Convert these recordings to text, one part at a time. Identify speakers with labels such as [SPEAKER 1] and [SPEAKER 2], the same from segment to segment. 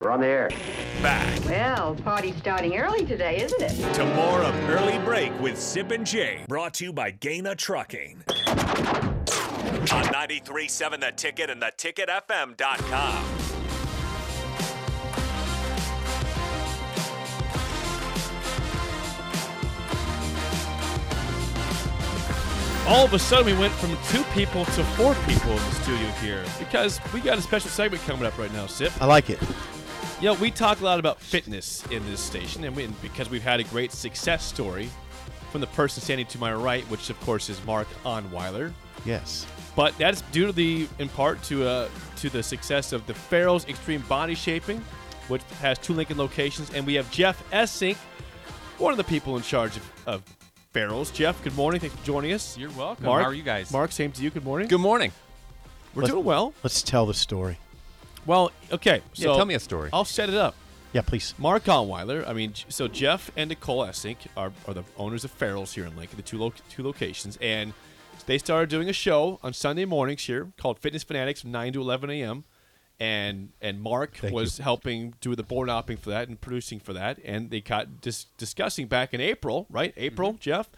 [SPEAKER 1] We're on the air.
[SPEAKER 2] Back
[SPEAKER 3] Well, party's starting early today, isn't it?
[SPEAKER 2] to more of Early Break with Sip and Jay, brought to you by Gaina Trucking. On 93.7 The Ticket and theticketfm.com.
[SPEAKER 4] All of a sudden, we went from two people to four people in the studio here because we got a special segment coming up right now, Sip.
[SPEAKER 5] I like it.
[SPEAKER 4] You know, we talk a lot about fitness in this station, and we, and because we've had a great success story from the person standing to my right, which of course is Mark Onweiler.
[SPEAKER 5] Yes.
[SPEAKER 4] But that's due to the, in part, to uh, to the success of the Farrell's Extreme Body Shaping, which has two Lincoln locations, and we have Jeff Essink, one of the people in charge of, of Farrell's. Jeff, good morning. Thanks for joining us.
[SPEAKER 6] You're welcome.
[SPEAKER 4] Mark,
[SPEAKER 6] How are you guys?
[SPEAKER 4] Mark, same to you. Good morning.
[SPEAKER 6] Good morning.
[SPEAKER 4] We're
[SPEAKER 5] Let's-
[SPEAKER 4] doing well.
[SPEAKER 5] Let's tell the story.
[SPEAKER 4] Well, okay.
[SPEAKER 6] Yeah,
[SPEAKER 4] So
[SPEAKER 6] tell me a story.
[SPEAKER 4] I'll set it up.
[SPEAKER 5] Yeah, please.
[SPEAKER 4] Mark Onweiler. I mean, j- so Jeff and Nicole Essink are, are the owners of Farrell's here in Lincoln, the two lo- two locations, and they started doing a show on Sunday mornings here called Fitness Fanatics from nine to eleven a.m. And and Mark
[SPEAKER 5] Thank
[SPEAKER 4] was helping do the board hopping for that and producing for that, and they got dis- discussing back in April, right? April,
[SPEAKER 5] Mm-hmm.
[SPEAKER 4] Jeff,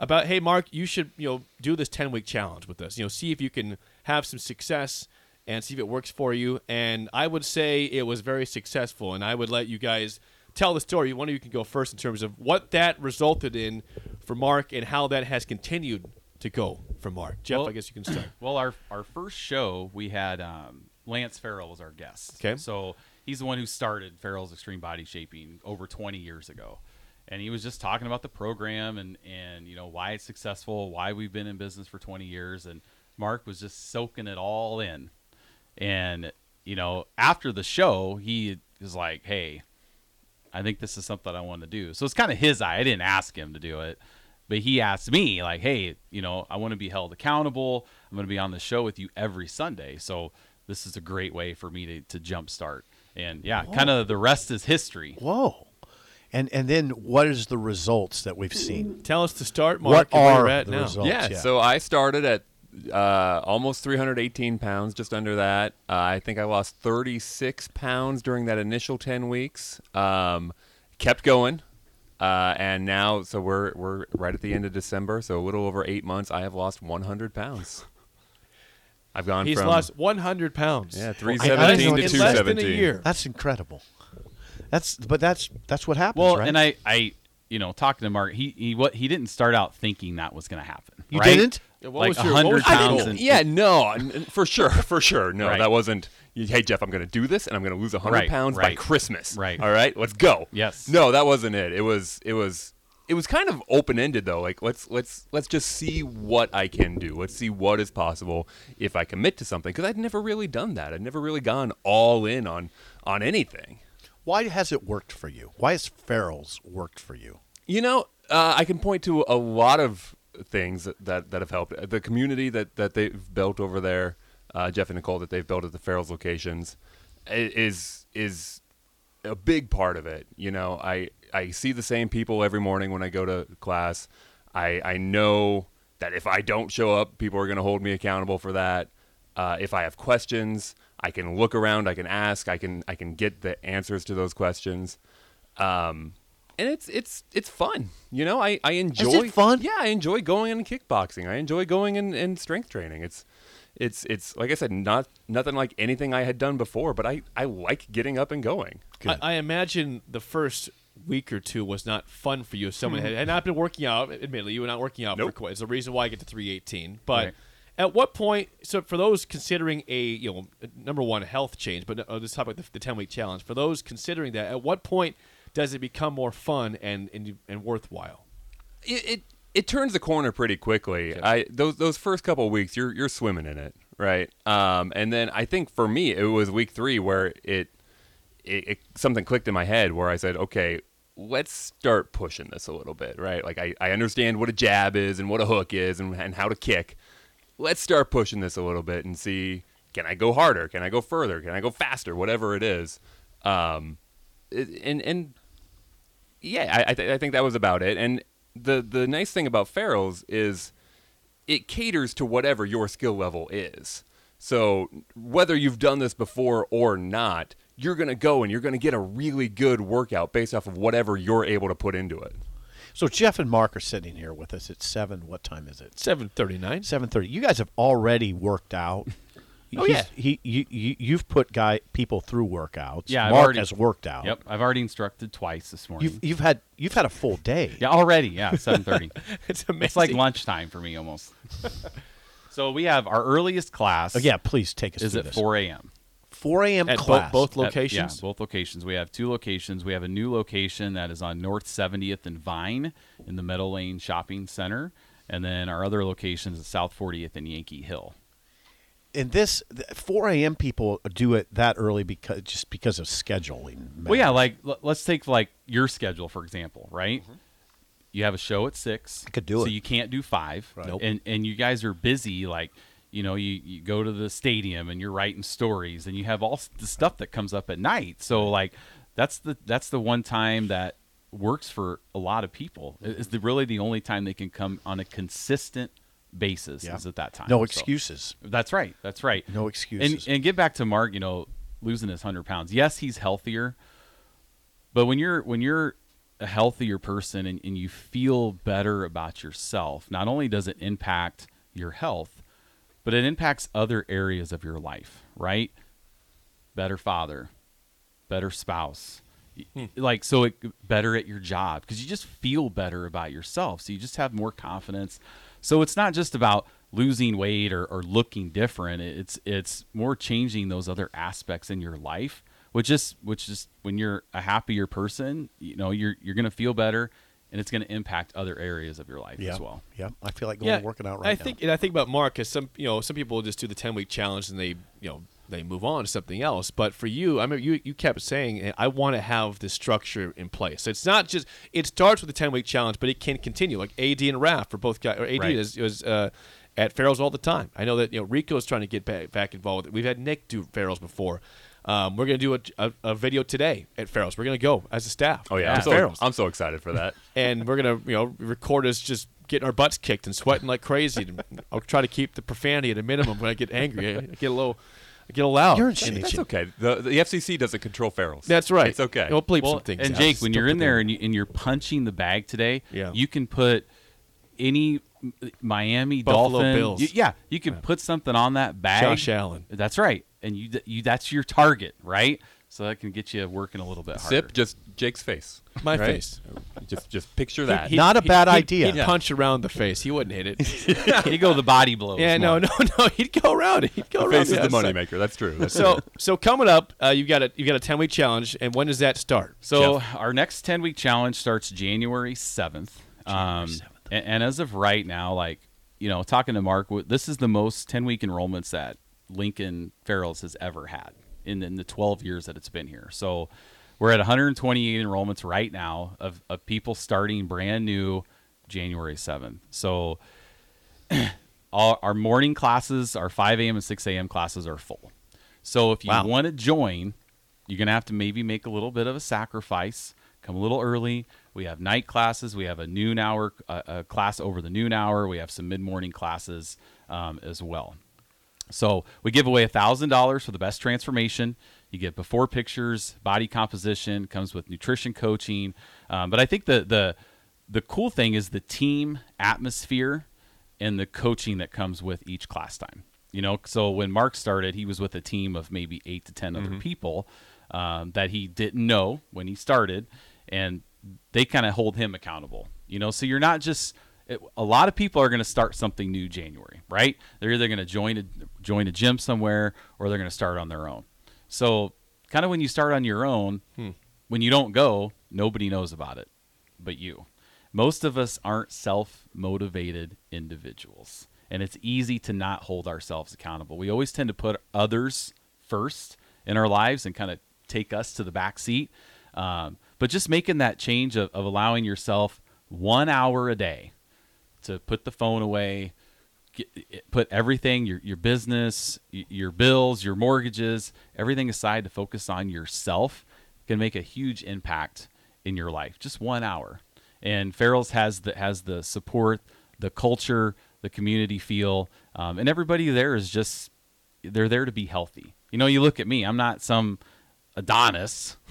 [SPEAKER 4] about hey Mark, you should you know do this ten week challenge with us, you know, see if you can have some success and see if it works for you. And I would say it was very successful. And I would let you guys tell the story. One of you can go first in terms of what that resulted in for Mark and how that has continued to go for Mark. Jeff,
[SPEAKER 6] Well-
[SPEAKER 4] I guess you can start.
[SPEAKER 6] Well, our our first show we had um, Lance Farrell was our guest.
[SPEAKER 4] Okay.
[SPEAKER 6] So he's the one who started Farrell's Extreme Body Shaping over 20 years ago, and he was just talking about the program and and you know why it's successful, why we've been in business for 20 years, and Mark was just soaking it all in, and you know after the show he is like, hey, I think this is something I want to do. So it's kind of his eye. I didn't ask him to do it, but he asked me, like, hey, you know, I want to be held accountable. I'm going to be on the show with you every Sunday. So this is a great way for me to, to jumpstart. And yeah,
[SPEAKER 5] Oh.
[SPEAKER 6] kind of the rest is history.
[SPEAKER 5] Whoa. And and then what is the results that we've seen?
[SPEAKER 4] Tell us to start, Mark,
[SPEAKER 5] what
[SPEAKER 4] and where
[SPEAKER 5] are
[SPEAKER 4] we're at
[SPEAKER 5] the
[SPEAKER 4] now.
[SPEAKER 5] results?
[SPEAKER 7] yeah, so I started at uh, almost 318 pounds, just under that. Uh, I think I lost 36 pounds during that initial 10 weeks. Um, kept going, uh, and now so we're we're right at the end of December, so a little over eight months. I have lost 100 pounds. I've gone
[SPEAKER 4] He's
[SPEAKER 7] from
[SPEAKER 4] lost 100 pounds.
[SPEAKER 5] I
[SPEAKER 7] yeah
[SPEAKER 5] didn't
[SPEAKER 7] 317
[SPEAKER 5] know
[SPEAKER 7] to
[SPEAKER 5] it-
[SPEAKER 4] in less than a
[SPEAKER 7] 217.
[SPEAKER 4] year.
[SPEAKER 5] that's incredible. That's but that's that's what happens,
[SPEAKER 6] Well,
[SPEAKER 5] right?
[SPEAKER 6] and I, I, you know, talking to Mark, he, he, what, he didn't start out thinking that was going to happen.
[SPEAKER 5] You
[SPEAKER 6] right?
[SPEAKER 5] didn't?
[SPEAKER 4] Yeah, what
[SPEAKER 6] Like
[SPEAKER 4] was your- what was
[SPEAKER 6] 100
[SPEAKER 4] your
[SPEAKER 6] pounds.
[SPEAKER 4] goal?
[SPEAKER 6] and-
[SPEAKER 7] Yeah, no, n- n- for sure, for sure. No,
[SPEAKER 6] Right.
[SPEAKER 7] that wasn't. y- Hey Jeff, I'm going to do this, and I'm going to lose 100
[SPEAKER 6] Right,
[SPEAKER 7] pounds by
[SPEAKER 6] right.
[SPEAKER 7] Christmas.
[SPEAKER 6] Right.
[SPEAKER 7] All right, let's go.
[SPEAKER 6] Yes.
[SPEAKER 7] No, that wasn't it. It was. It was. It was kind of open ended though. Like let's let's let's just see what I can do. Let's see what is possible if I commit to something. Because I'd never really done that. I'd never really gone all in on on anything.
[SPEAKER 5] Why has it worked for you? Why has Farrell's worked for you?
[SPEAKER 7] You know, uh, I can point to a lot of things that, that, that have helped. The community that, that they've built over there, uh, Jeff and Nicole, that they've built at the Farrell's locations, i- is is a big part of it. You know, I, I see the same people every morning when I go to class. I, I know that if I don't show up, people are going to hold me accountable for that. Uh, if I have questions, I can look around, I can ask, I can I can get the answers to those questions um, and it's it's it's fun. You know, I I enjoy
[SPEAKER 5] fun?
[SPEAKER 7] Yeah, I enjoy going in kickboxing. I enjoy going in, in strength training. It's it's it's like I said, not nothing like anything I had done before, but I I like getting up and going.
[SPEAKER 4] I, I imagine the first week or two was not fun for you. If
[SPEAKER 6] Hmm.
[SPEAKER 4] someone had, had not been working out, admittedly, you were not working out for
[SPEAKER 7] Nope.
[SPEAKER 4] quite. It's the reason why I get to 318. But
[SPEAKER 6] Right.
[SPEAKER 4] at what point? So for those considering a you know number one health change, but uh, let's talk about the, the 10 week challenge. For those considering that, at what point does it become more fun and and, and worthwhile?
[SPEAKER 7] it, it it turns the corner pretty quickly. I those those first couple of weeks, you're you're swimming in it, right? Um, and then I think for me, it was week three where it, it it something clicked in my head where I said, okay, let's start pushing this a little bit, right? Like I, I understand what a jab is and what a hook is and and how to kick. Let's start pushing this a little bit and see can I go harder? Can I go further? Can I go faster? Whatever it is. Um, it- and and yeah, I I, th- I think that was about it. And the the nice thing about Farrell's is it caters to whatever your skill level is. So whether you've done this before or not, you're going to go and you're going to get a really good workout based off of whatever you're able to put into it.
[SPEAKER 5] So Jeff and Mark are sitting here with us at seven. What time is it?
[SPEAKER 4] Seven thirty nine.
[SPEAKER 5] Seven thirty. You guys have already worked out.
[SPEAKER 4] Oh,
[SPEAKER 5] He's- He you, you you've put guy people through workouts.
[SPEAKER 6] Yeah, I've
[SPEAKER 5] Mark
[SPEAKER 6] already-
[SPEAKER 5] has worked out.
[SPEAKER 6] Yep, I've already instructed twice this morning.
[SPEAKER 5] You've you've had you've had a full day.
[SPEAKER 6] yeah, already. Yeah, seven thirty.
[SPEAKER 4] It's amazing.
[SPEAKER 6] it's like lunchtime for me almost. so we have our earliest class.
[SPEAKER 5] Oh, yeah. Please take us.
[SPEAKER 6] is
[SPEAKER 5] through
[SPEAKER 6] at
[SPEAKER 5] this.
[SPEAKER 6] four a.m.
[SPEAKER 5] four a.m.
[SPEAKER 4] at bo-
[SPEAKER 5] class.
[SPEAKER 4] both
[SPEAKER 6] At-
[SPEAKER 4] locations.
[SPEAKER 6] yeah, both locations. We have two locations. We have a new location that is on North 70th and Vine in the Meadow Lane Shopping Center, and then our other location is at South 40th and Yankee Hill.
[SPEAKER 5] and this th- four a.m. people do it that early because just because of scheduling.
[SPEAKER 6] Well, yeah, like l- let's take like your schedule for example, right?
[SPEAKER 5] Mm-hmm.
[SPEAKER 6] You have a show at six.
[SPEAKER 5] I could do
[SPEAKER 6] so
[SPEAKER 5] it.
[SPEAKER 6] you can't do five.
[SPEAKER 5] Right. Nope.
[SPEAKER 6] And and you guys are busy, like you know, you, you go to the stadium and you're writing stories, and you have all s- the stuff that comes up at night. So like that's the that's the one time that works for a lot of people. It- It's the, really the only time they can come on a consistent basis
[SPEAKER 5] Yeah.
[SPEAKER 6] is at that time.
[SPEAKER 5] no
[SPEAKER 6] So-
[SPEAKER 5] excuses.
[SPEAKER 6] that's right. That's right.
[SPEAKER 5] No excuses.
[SPEAKER 6] And, and get back to Mark. You know, losing his hundred pounds. Yes, he's healthier, but when you're when you're a healthier person and, and you feel better about yourself, not only does it impact your health, but it impacts other areas of your life. Right? Better father, better spouse. Y- Like so, it better at your job because you just feel better about yourself. So you just have more confidence. So it's not just about losing weight or, or looking different. It- It's it's more changing those other aspects in your life, which is which is when you're a happier person, you know you're you're gonna feel better, and it's gonna impact other areas of your life
[SPEAKER 5] yeah.
[SPEAKER 6] as well.
[SPEAKER 5] Yeah. I feel like going and working out right
[SPEAKER 4] I
[SPEAKER 5] now.
[SPEAKER 4] think, and I think about Mark because some, you know, some people just do the ten week challenge and they, you know, they move on to something else. But for you, I mean, you you kept saying, "Eh, I want to have this structure in place. So it's not just it starts with the ten week challenge, but it can continue. Like AD and Raph for both guys, or AD
[SPEAKER 6] Right.
[SPEAKER 4] is is. Uh, at Farrell's all the time. I know that you know Rico is trying to get back, back involved. with it. We've had Nick do Farrell's before. Um, we're gonna do a, a, a video today at Farrell's. We're gonna go as a staff.
[SPEAKER 7] Oh
[SPEAKER 4] to
[SPEAKER 7] yeah, I'm, so,
[SPEAKER 4] Farrell's
[SPEAKER 7] I'm so excited for that.
[SPEAKER 4] and we're gonna you know record us just getting our butts kicked and sweating like crazy. And I'll try to keep the profanity at a minimum when I get angry. I get a little, I get a little loud.
[SPEAKER 5] You're in shape.
[SPEAKER 7] That's okay. The, the FCC doesn't control ferals.
[SPEAKER 4] That's right.
[SPEAKER 7] It's okay.
[SPEAKER 4] He'll bleep
[SPEAKER 6] Well,
[SPEAKER 4] some things.
[SPEAKER 6] And
[SPEAKER 4] out.
[SPEAKER 6] Jake, when you're
[SPEAKER 4] Don't
[SPEAKER 6] in
[SPEAKER 4] put
[SPEAKER 6] there
[SPEAKER 4] them-
[SPEAKER 6] and, you, and you're punching the bag today,
[SPEAKER 4] Yeah.
[SPEAKER 6] you can put any Miami
[SPEAKER 4] Buffalo
[SPEAKER 6] Dolphin.
[SPEAKER 4] Bills.
[SPEAKER 6] you- yeah, you can put something on that bag.
[SPEAKER 4] Josh Allen.
[SPEAKER 6] That's right, and you you that's your target, right? So that can get you working a little bit harder.
[SPEAKER 7] Sip just Jake's face.
[SPEAKER 4] My
[SPEAKER 7] right?
[SPEAKER 4] face.
[SPEAKER 7] Just just picture that.
[SPEAKER 5] he- Not a bad
[SPEAKER 4] he'd-
[SPEAKER 5] idea.
[SPEAKER 4] He'd
[SPEAKER 5] Yeah.
[SPEAKER 4] punch around the face. He wouldn't hit it.
[SPEAKER 6] you go the body blow.
[SPEAKER 4] yeah,
[SPEAKER 6] this
[SPEAKER 4] no,
[SPEAKER 6] morning.
[SPEAKER 4] no, no. He'd go around it. He'd go
[SPEAKER 7] the
[SPEAKER 4] around
[SPEAKER 7] face is the
[SPEAKER 4] outside.
[SPEAKER 7] moneymaker. That's true. That's
[SPEAKER 4] So, so coming up, uh, you've got a you've got a ten week challenge, and when does that start?
[SPEAKER 6] So
[SPEAKER 4] Jeff?
[SPEAKER 6] our next ten week challenge starts January seventh. Um, and, and as of right now, like you know, talking to Mark, w- this is the most ten week enrollments that Lincoln Farrells has ever had in, in the twelve years that it's been here. So we're at 128 enrollments right now of, of people starting brand new January seventh. So all, our morning classes, our 5 a.m. and 6 a.m. classes are full. So if you
[SPEAKER 4] Wow.
[SPEAKER 6] want to join, you're going to have to maybe make a little bit of a sacrifice, come a little early. We have night classes. We have a noon hour uh, a class over the noon hour. We have some mid morning classes um, as well. So we give away $1,000 for the best transformation. You get before pictures, body composition, comes with nutrition coaching. Um, but I think the, the, the cool thing is the team atmosphere and the coaching that comes with each class time. You know, so when Mark started, he was with a team of maybe eight to 10 other people um, that he didn't know when he started, and they kind of hold him accountable. You know, so you're not just it, a lot of people are going to start something new January, right? They're either going to join a join a gym somewhere or they're going to start on their own. So, kind of when you start on your own, when you don't go, nobody knows about it but you. Most of us aren't self motivated individuals, and it's easy to not hold ourselves accountable. We always tend to put others first in our lives and kind of take us to the back seat. Um, but just making that change of, of allowing yourself one hour a day to put the phone away, get, put everything your your business, y- your bills, your mortgages, everything aside to focus on yourself can make a huge impact in your life. Just one hour, and Farrell's has the has the support, the culture, the community feel, um, and everybody there is just they're there to be healthy. You know, you look at me. I'm not some Adonis.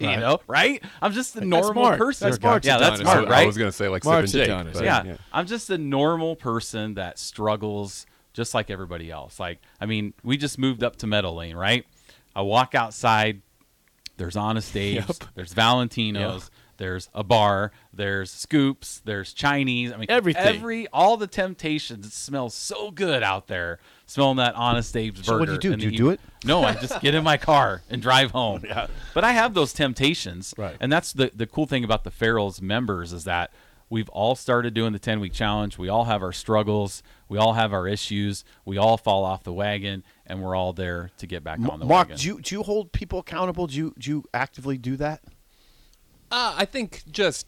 [SPEAKER 6] you
[SPEAKER 4] Right.
[SPEAKER 6] know, right? I'm just a normal
[SPEAKER 4] Mark.
[SPEAKER 6] person.
[SPEAKER 4] That's Mark's
[SPEAKER 6] yeah, that's
[SPEAKER 4] Adonis.
[SPEAKER 6] Mark,
[SPEAKER 7] I,
[SPEAKER 6] right?
[SPEAKER 7] I was gonna say like
[SPEAKER 4] Mark's
[SPEAKER 7] Sip and Jake.
[SPEAKER 4] Adonis,
[SPEAKER 7] but-
[SPEAKER 6] yeah,
[SPEAKER 4] yeah.
[SPEAKER 6] I'm just a normal person that struggles just like everybody else. Like, I mean, we just moved up to Meadow Lane, right? I walk outside. There's Honest Dave's.
[SPEAKER 4] Yep.
[SPEAKER 6] There's Valentino's. There's a bar. There's Scoops. There's Chinese. I mean,
[SPEAKER 4] Everything.
[SPEAKER 6] Every all the temptations. It smells so good out there. Smelling that Honest Dave's
[SPEAKER 5] So
[SPEAKER 6] burger.
[SPEAKER 5] what do you do?
[SPEAKER 6] in
[SPEAKER 5] Do
[SPEAKER 6] the
[SPEAKER 5] you do
[SPEAKER 6] evening. No, I just get in my car and drive home. But I have those temptations.
[SPEAKER 4] Right.
[SPEAKER 6] And that's the, the cool thing about the Farrell's members is that we've all started doing the 10 week challenge. We all have our struggles. We all have our issues. We all fall off the wagon and we're all there to get back on the
[SPEAKER 5] Mark,
[SPEAKER 6] wagon.
[SPEAKER 5] do you, do you hold people accountable? Do you, do you actively do that?
[SPEAKER 7] Uh, I think just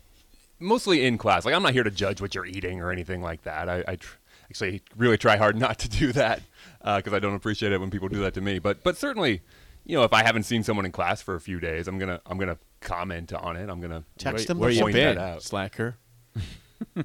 [SPEAKER 7] mostly in class. Like I'm not here to judge what you're eating or anything like that. I, I tr- actually really try hard not to do that because I don't appreciate it when people do that to me. But but certainly, you know, if I haven't seen someone in class for a few days, I'm gonna I'm gonna comment on it. I'm gonna
[SPEAKER 5] Text
[SPEAKER 7] wait-
[SPEAKER 5] them?
[SPEAKER 4] Where you
[SPEAKER 7] point that
[SPEAKER 4] been,
[SPEAKER 7] out.
[SPEAKER 4] slacker?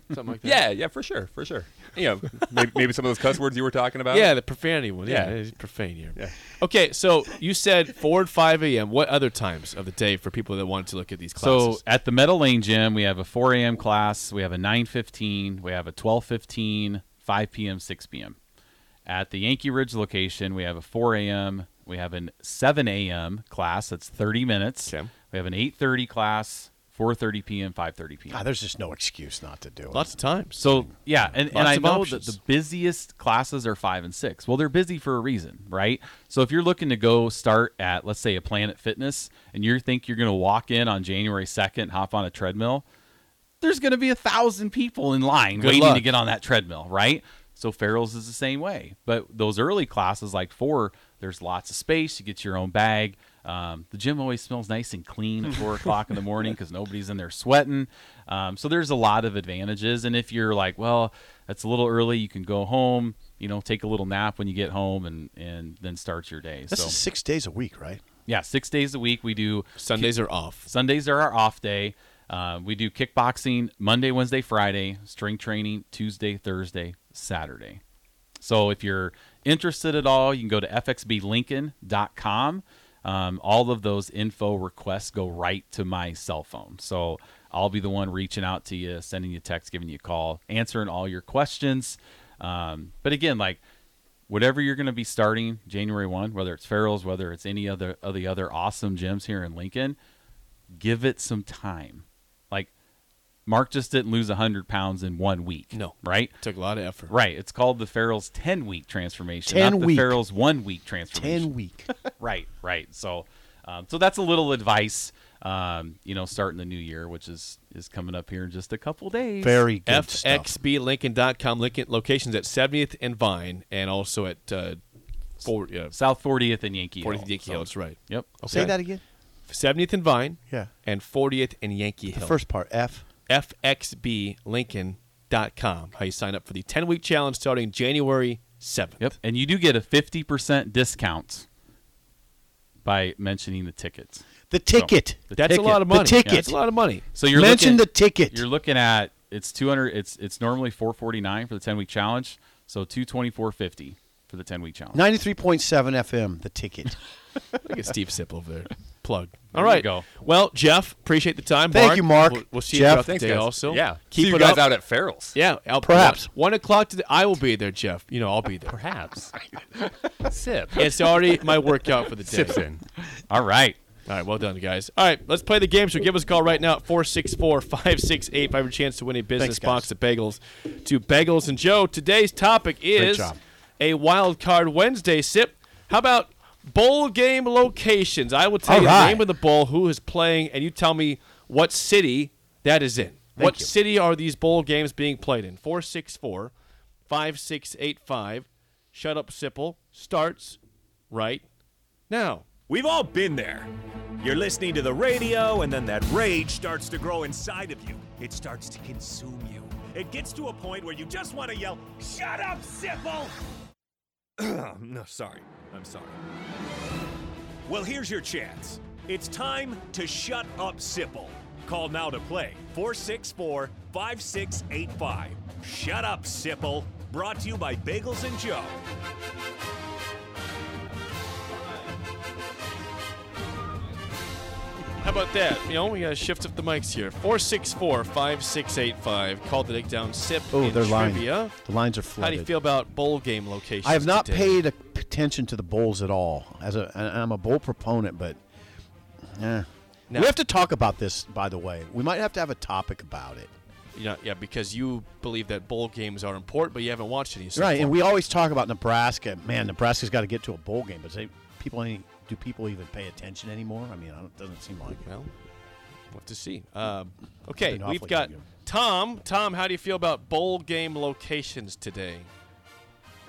[SPEAKER 4] Something like that.
[SPEAKER 7] Yeah, yeah, for sure, for sure. You know, maybe, maybe some of those cuss words you were talking about.
[SPEAKER 4] Yeah, the profanity one. Yeah,
[SPEAKER 7] Yeah.
[SPEAKER 4] it's profane here.
[SPEAKER 7] Yeah.
[SPEAKER 4] Okay, so you said 4 and 5 a.m. What other times of the day for people that want to look at these
[SPEAKER 6] so
[SPEAKER 4] classes?
[SPEAKER 6] at the Meadow Lane gym, we have a 4 a.m. class, we have a 9:15, we have a 12:15, 5 p.m., 6 p.m. At the Yankee Ridge location, we have a 4 a.m., we have an 7 a.m. class that's 30 minutes.
[SPEAKER 4] Okay.
[SPEAKER 6] We have an 8:30 class, 4:30 p.m., 5:30 p.m.
[SPEAKER 5] God, there's just no excuse not to do it.
[SPEAKER 4] lots of times.
[SPEAKER 6] So yeah, and, and
[SPEAKER 4] Lots
[SPEAKER 6] I
[SPEAKER 4] of
[SPEAKER 6] know that
[SPEAKER 4] options.
[SPEAKER 6] the busiest classes are five and six. Well, they're busy for a reason, right? So if you're looking to go start at let's say a Planet Fitness, and you think you're going to walk in on January second, hop on a treadmill, there's going to be a thousand people in line
[SPEAKER 4] Good
[SPEAKER 6] waiting
[SPEAKER 4] luck.
[SPEAKER 6] to get on that treadmill, right? So Farrell's is the same way. But those early classes, like four, there's lots of space. You get your own bag. Um, the gym always smells nice and clean at four o'clock in the morning because nobody's in there sweating. Um, so there's a lot of advantages. And if you're like, well, that's a little early, you can go home. You know, take a little nap when you get home, and and then start your day.
[SPEAKER 5] This
[SPEAKER 6] so
[SPEAKER 5] is six days a week, right?
[SPEAKER 6] yeah, six days a week we do
[SPEAKER 4] Sundays are off.
[SPEAKER 6] Sundays are our off day. Uh, we do kickboxing Monday, Wednesday, Friday, strength training Tuesday, Thursday, Saturday. So if you're interested at all, you can go to fxblincoln.com. Um, all of those info requests go right to my cell phone. So I'll be the one reaching out to you, sending you text, giving you a call, answering all your questions. Um, but again, like whatever you're going to be starting January 1, whether it's Farrell's, whether it's any other of the other awesome gyms here in Lincoln, give it some time. Like Mark just didn't lose 100 pounds in one week.
[SPEAKER 4] No.
[SPEAKER 6] Right?
[SPEAKER 4] Took a lot of effort.
[SPEAKER 6] Right. It's called the Farrell's 10 week transformation,
[SPEAKER 5] 10
[SPEAKER 6] not the
[SPEAKER 5] week.
[SPEAKER 6] Farrell's one week transformation.
[SPEAKER 5] Ten week.
[SPEAKER 6] Right, right. So, um, so that's a little advice. Um, you know, starting the new year, which is is coming up here in just a couple days.
[SPEAKER 5] Very good stuff.
[SPEAKER 4] FXBLincoln.com. Lincoln locations at 70th and Vine, and also at uh, four, uh,
[SPEAKER 6] South 40th and Yankee.
[SPEAKER 4] 40th
[SPEAKER 6] Hill.
[SPEAKER 4] and Yankee
[SPEAKER 6] So-
[SPEAKER 4] Hill. That's right.
[SPEAKER 6] Yep.
[SPEAKER 5] Say
[SPEAKER 4] Okay.
[SPEAKER 5] that again.
[SPEAKER 4] 70th and Vine.
[SPEAKER 5] Yeah.
[SPEAKER 4] And 40th and Yankee
[SPEAKER 5] The
[SPEAKER 4] Hill.
[SPEAKER 5] first part. F.
[SPEAKER 4] FXBLincoln.com. How you sign up for the 10 week challenge starting January 7th.
[SPEAKER 6] Yep. And you do get a 50% discount by mentioning the tickets.
[SPEAKER 5] The ticket.
[SPEAKER 6] The
[SPEAKER 4] That's
[SPEAKER 6] ticket.
[SPEAKER 4] a lot of
[SPEAKER 5] The
[SPEAKER 4] money.
[SPEAKER 5] ticket.
[SPEAKER 4] That's a lot of money.
[SPEAKER 6] So you're
[SPEAKER 5] mention
[SPEAKER 6] looking,
[SPEAKER 5] the ticket.
[SPEAKER 6] You're looking at it's 200 it's it's normally 449 for the 10 week challenge, so 224.50 for the 10 week challenge.
[SPEAKER 5] Ninety-three point seven FM. The ticket.
[SPEAKER 4] Look at Steve Sipp over there. Plug. All
[SPEAKER 6] you
[SPEAKER 4] right.
[SPEAKER 6] go.
[SPEAKER 4] Well, Jeff, appreciate the time.
[SPEAKER 5] Thank you, Mark.
[SPEAKER 4] We'll, we'll see
[SPEAKER 5] Jeff,
[SPEAKER 4] you throughout
[SPEAKER 7] Thanks,
[SPEAKER 4] the day
[SPEAKER 7] guys.
[SPEAKER 4] also.
[SPEAKER 7] Yeah.
[SPEAKER 4] Keep
[SPEAKER 7] See you
[SPEAKER 4] it
[SPEAKER 7] guys
[SPEAKER 4] up.
[SPEAKER 7] out at Farrell's.
[SPEAKER 4] Yeah, I'll,
[SPEAKER 5] Perhaps.
[SPEAKER 4] one, one o'clock today. I will be there, Jeff. You know, I'll be there.
[SPEAKER 7] Perhaps. Sip.
[SPEAKER 4] It's already my workout for the day.
[SPEAKER 7] Sips in.
[SPEAKER 6] All right.
[SPEAKER 4] All right, well done, guys. All right, let's play the game. So give us a call right now at 464 568 for your chance to win a business
[SPEAKER 5] Thanks,
[SPEAKER 4] box
[SPEAKER 5] guys.
[SPEAKER 4] of bagels to Bagels and Joe. Today's topic is
[SPEAKER 5] job.
[SPEAKER 4] a wild card Wednesday sip. How about bowl game locations? I will tell
[SPEAKER 5] All
[SPEAKER 4] you the
[SPEAKER 5] right.
[SPEAKER 4] name of the bowl, who is playing, and you tell me what city that is in. what
[SPEAKER 5] you.
[SPEAKER 4] city are these bowl games being played in? 464 5685. Shut up, Sipple. Starts right now.
[SPEAKER 2] We've all been there. You're listening to the radio, and then that rage starts to grow inside of you. It starts to consume you. It gets to a point where you just want to yell, Shut up, Sipple! no, sorry. I'm sorry. Well, here's your chance. It's time to shut up, Sipple. Call now to play 464 5685. Shut up, Sipple. Brought to you by Bagels and Joe.
[SPEAKER 4] How about that? You know, we gotta shift up the mics here. 464-5685. Call the dig down sip.
[SPEAKER 5] Oh,
[SPEAKER 4] and
[SPEAKER 5] they're lying.
[SPEAKER 4] trivia.
[SPEAKER 5] The lines are
[SPEAKER 4] How
[SPEAKER 5] flooded.
[SPEAKER 4] do you feel about bowl game locations?
[SPEAKER 5] I have not
[SPEAKER 4] today?
[SPEAKER 5] paid a- attention to the bowls at all. As a, and I'm a bowl proponent, but eh.
[SPEAKER 4] Now-
[SPEAKER 5] we have to talk about this. By the way, we might have to have a topic about it.
[SPEAKER 4] You know, yeah, because you believe that bowl games are important, but you haven't watched any. So
[SPEAKER 5] right, and
[SPEAKER 4] far.
[SPEAKER 5] we always talk about Nebraska. Man, Nebraska's got to get to a bowl game, but they, people ain't- do people even pay attention anymore? I mean, I don't, it doesn't seem like it.
[SPEAKER 4] Well, we'll have to see. Um, okay,
[SPEAKER 5] been
[SPEAKER 4] we've
[SPEAKER 5] awfully
[SPEAKER 4] got
[SPEAKER 5] good.
[SPEAKER 4] Tom. Tom, how do you feel about bowl game locations today?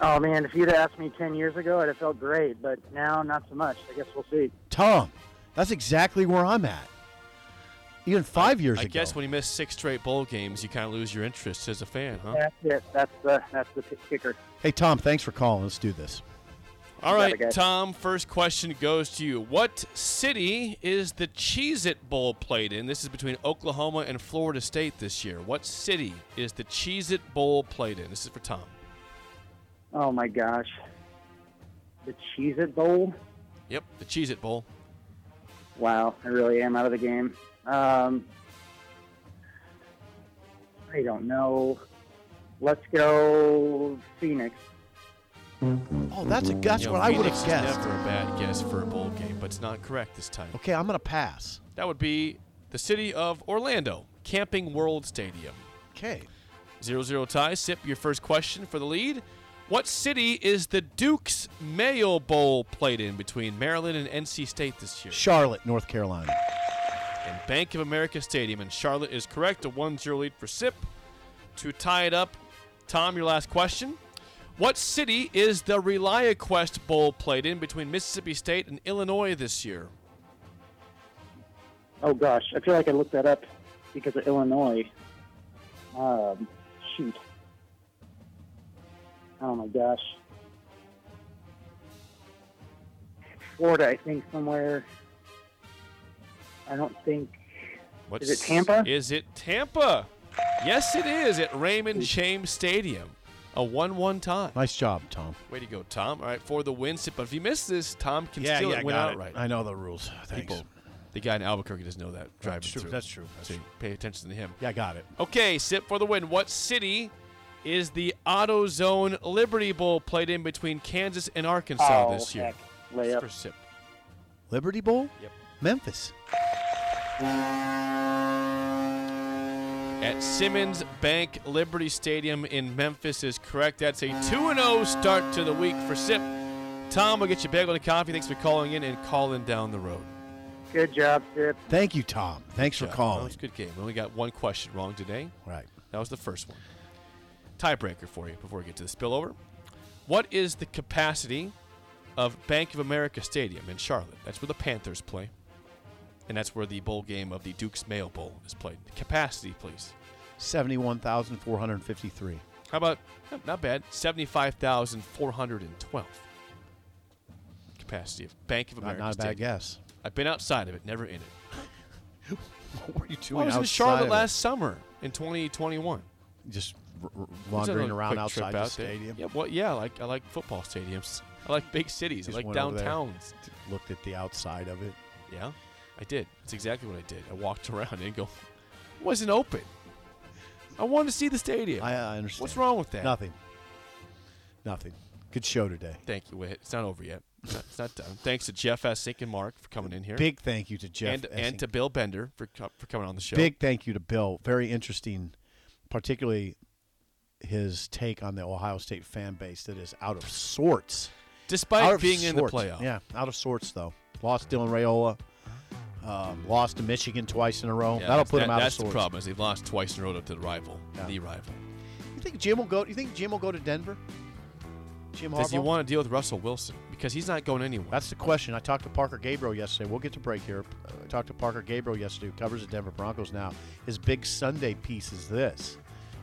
[SPEAKER 1] Oh man, if you'd asked me ten years ago, I'd have felt great. But now, not so much. I guess we'll see.
[SPEAKER 5] Tom, that's exactly where I'm at. Even five years
[SPEAKER 4] I
[SPEAKER 5] ago.
[SPEAKER 4] guess when you miss six straight bowl games, you kind of lose your interest as a fan, huh?
[SPEAKER 1] That's it. That's the that's the t- kicker.
[SPEAKER 5] hey, Tom, thanks for calling. Let's do this.
[SPEAKER 4] All
[SPEAKER 1] Yeah,
[SPEAKER 4] right,
[SPEAKER 1] I guess.
[SPEAKER 4] Tom, first question goes to you. What city is the Cheez It Bowl played in? This is between Oklahoma and Florida State this year. What city is the Cheez It Bowl played in? This is for Tom.
[SPEAKER 1] Oh my gosh, the Cheez It Bowl.
[SPEAKER 4] Yep, the Cheez It Bowl.
[SPEAKER 1] Wow, I really am out of the game. Um, I don't know. Let's go Phoenix.
[SPEAKER 5] Oh, that's a that's
[SPEAKER 4] You know,
[SPEAKER 5] what I would
[SPEAKER 4] Phoenix
[SPEAKER 5] have
[SPEAKER 4] is
[SPEAKER 5] guessed.
[SPEAKER 4] Never a bad guess for a bowl game, but it's not correct this time.
[SPEAKER 5] Okay, I'm gonna pass.
[SPEAKER 4] That would be the city of Orlando, Camping World Stadium.
[SPEAKER 5] Okay.
[SPEAKER 4] 0 0 tie. Sip your first question for the lead. What city is the Duke's Mayo Bowl played in between Maryland and NC State this year?
[SPEAKER 5] Charlotte, North Carolina.
[SPEAKER 4] And Bank of America Stadium in Charlotte is correct. A 1 0 lead for Sip. To tie it up, Tom, your last question. What city is the ReliaQuest Bowl played in between Mississippi State and Illinois this year?
[SPEAKER 1] Oh gosh, I feel like I looked that up because of Illinois. Um, shoot. Oh my gosh. Florida, I think somewhere. I don't think.
[SPEAKER 4] What's,
[SPEAKER 1] it Tampa?
[SPEAKER 4] Is it Tampa? Yes, it is at Raymond James Stadium. A 1 1 tie.
[SPEAKER 5] Nice job, Tom.
[SPEAKER 4] Way to go, Tom. All right, for the win sip. But if you miss this, Tom can
[SPEAKER 5] Yeah,
[SPEAKER 4] still
[SPEAKER 5] yeah,
[SPEAKER 4] win
[SPEAKER 5] got it.
[SPEAKER 4] outright.
[SPEAKER 5] I know the rules. Thanks.
[SPEAKER 4] People, the guy in Albuquerque doesn't know that driving
[SPEAKER 5] true,
[SPEAKER 4] through.
[SPEAKER 5] that's true, that's
[SPEAKER 4] so you
[SPEAKER 5] true.
[SPEAKER 4] pay attention to him.
[SPEAKER 5] Yeah, I got it.
[SPEAKER 4] Okay, sip for the win. What city is the AutoZone Liberty Bowl played in between Kansas and Arkansas
[SPEAKER 1] oh,
[SPEAKER 4] this year?
[SPEAKER 1] heck,
[SPEAKER 4] That's
[SPEAKER 1] Layup.
[SPEAKER 4] For sip.
[SPEAKER 5] Liberty Bowl?
[SPEAKER 4] Yep.
[SPEAKER 5] Memphis.
[SPEAKER 4] at Simmons Bank Liberty Stadium in Memphis is correct. That's a 2 0 start to the week for SIP. Tom, we'll get you a bagel and coffee. Thanks for calling in and calling down the road.
[SPEAKER 1] Good job, Sip.
[SPEAKER 5] Thank you, Tom. Thanks for
[SPEAKER 4] Yeah, That
[SPEAKER 5] calling.
[SPEAKER 4] was a good game. We only got one question wrong today.
[SPEAKER 5] Right.
[SPEAKER 4] That was the first one. Tiebreaker for you before we get to the spillover. What is the capacity of Bank of America Stadium in Charlotte? That's where the Panthers play. And that's where the bowl game of the Duke's Mayo Bowl is played. Capacity, please.
[SPEAKER 5] 71,453.
[SPEAKER 4] How about not- not bad? Seventy-five thousand four hundred and twelve capacity of Bank of
[SPEAKER 5] Not,
[SPEAKER 4] America.
[SPEAKER 5] not a bad
[SPEAKER 4] Stadium.
[SPEAKER 5] guess.
[SPEAKER 4] I've been outside of it, never in it.
[SPEAKER 5] What were you doing
[SPEAKER 4] I was in
[SPEAKER 5] outside of
[SPEAKER 4] Charlotte
[SPEAKER 5] it?
[SPEAKER 4] last summer in 2021.
[SPEAKER 5] Just r- r-
[SPEAKER 4] Let's have a
[SPEAKER 5] wandering around
[SPEAKER 4] quick
[SPEAKER 5] outside
[SPEAKER 4] trip
[SPEAKER 5] the
[SPEAKER 4] out there.
[SPEAKER 5] stadium.
[SPEAKER 4] Yeah, well, yeah, I like I like football stadiums. I like big cities.
[SPEAKER 5] Just
[SPEAKER 4] I like
[SPEAKER 5] went over there.
[SPEAKER 4] downtowns.
[SPEAKER 5] Looked at the outside of it.
[SPEAKER 4] Yeah, I did. That's exactly what I did. I walked around and go, it wasn't open. I wanted to see the stadium.
[SPEAKER 5] I, uh, I understand.
[SPEAKER 4] What's wrong with that?
[SPEAKER 5] Nothing. Nothing. Good show today.
[SPEAKER 4] Thank you, Whit. It's not over yet. It's not, it's not done. Thanks to Jeff Essink and Mark for coming in here.
[SPEAKER 5] Big thank you to Jeff
[SPEAKER 4] and and
[SPEAKER 5] Essing.
[SPEAKER 4] to Bill Bender for co- for coming on the show.
[SPEAKER 5] Big thank you to Bill. Very interesting, particularly his take on the Ohio State fan base that is out of sorts.
[SPEAKER 4] despite
[SPEAKER 5] out of
[SPEAKER 4] being in the
[SPEAKER 5] sorts.
[SPEAKER 4] playoff.
[SPEAKER 5] Yeah, out of sorts though. Lost Dylan Rayola. Um, lost to Michigan twice in a row.
[SPEAKER 4] Yeah,
[SPEAKER 5] That'll
[SPEAKER 4] that's-
[SPEAKER 5] put
[SPEAKER 4] that-
[SPEAKER 5] him out
[SPEAKER 4] That's
[SPEAKER 5] of sorts.
[SPEAKER 4] the problem is they've lost twice in a row to the rival,
[SPEAKER 5] Yeah.
[SPEAKER 4] the rival.
[SPEAKER 5] You think Jim will go? You think Jim will go to Denver? Jim
[SPEAKER 4] Does he
[SPEAKER 5] Harbaugh?
[SPEAKER 4] want to deal with Russell Wilson? Because he's not going anywhere.
[SPEAKER 5] That's the question. I talked to Parker Gabriel yesterday. We'll get to break here. I talked to Parker Gabriel yesterday, who covers the Denver Broncos now. His big Sunday piece is this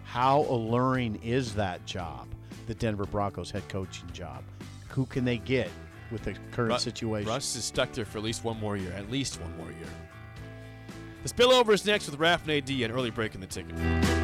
[SPEAKER 5] How alluring is that job, the Denver Broncos head coaching job? Who can they get with the current
[SPEAKER 4] Ru-
[SPEAKER 5] situation?
[SPEAKER 4] Russ is stuck there for at least one more year. At least one more year. The spillover is next with Raf and AD, an early break in the ticket.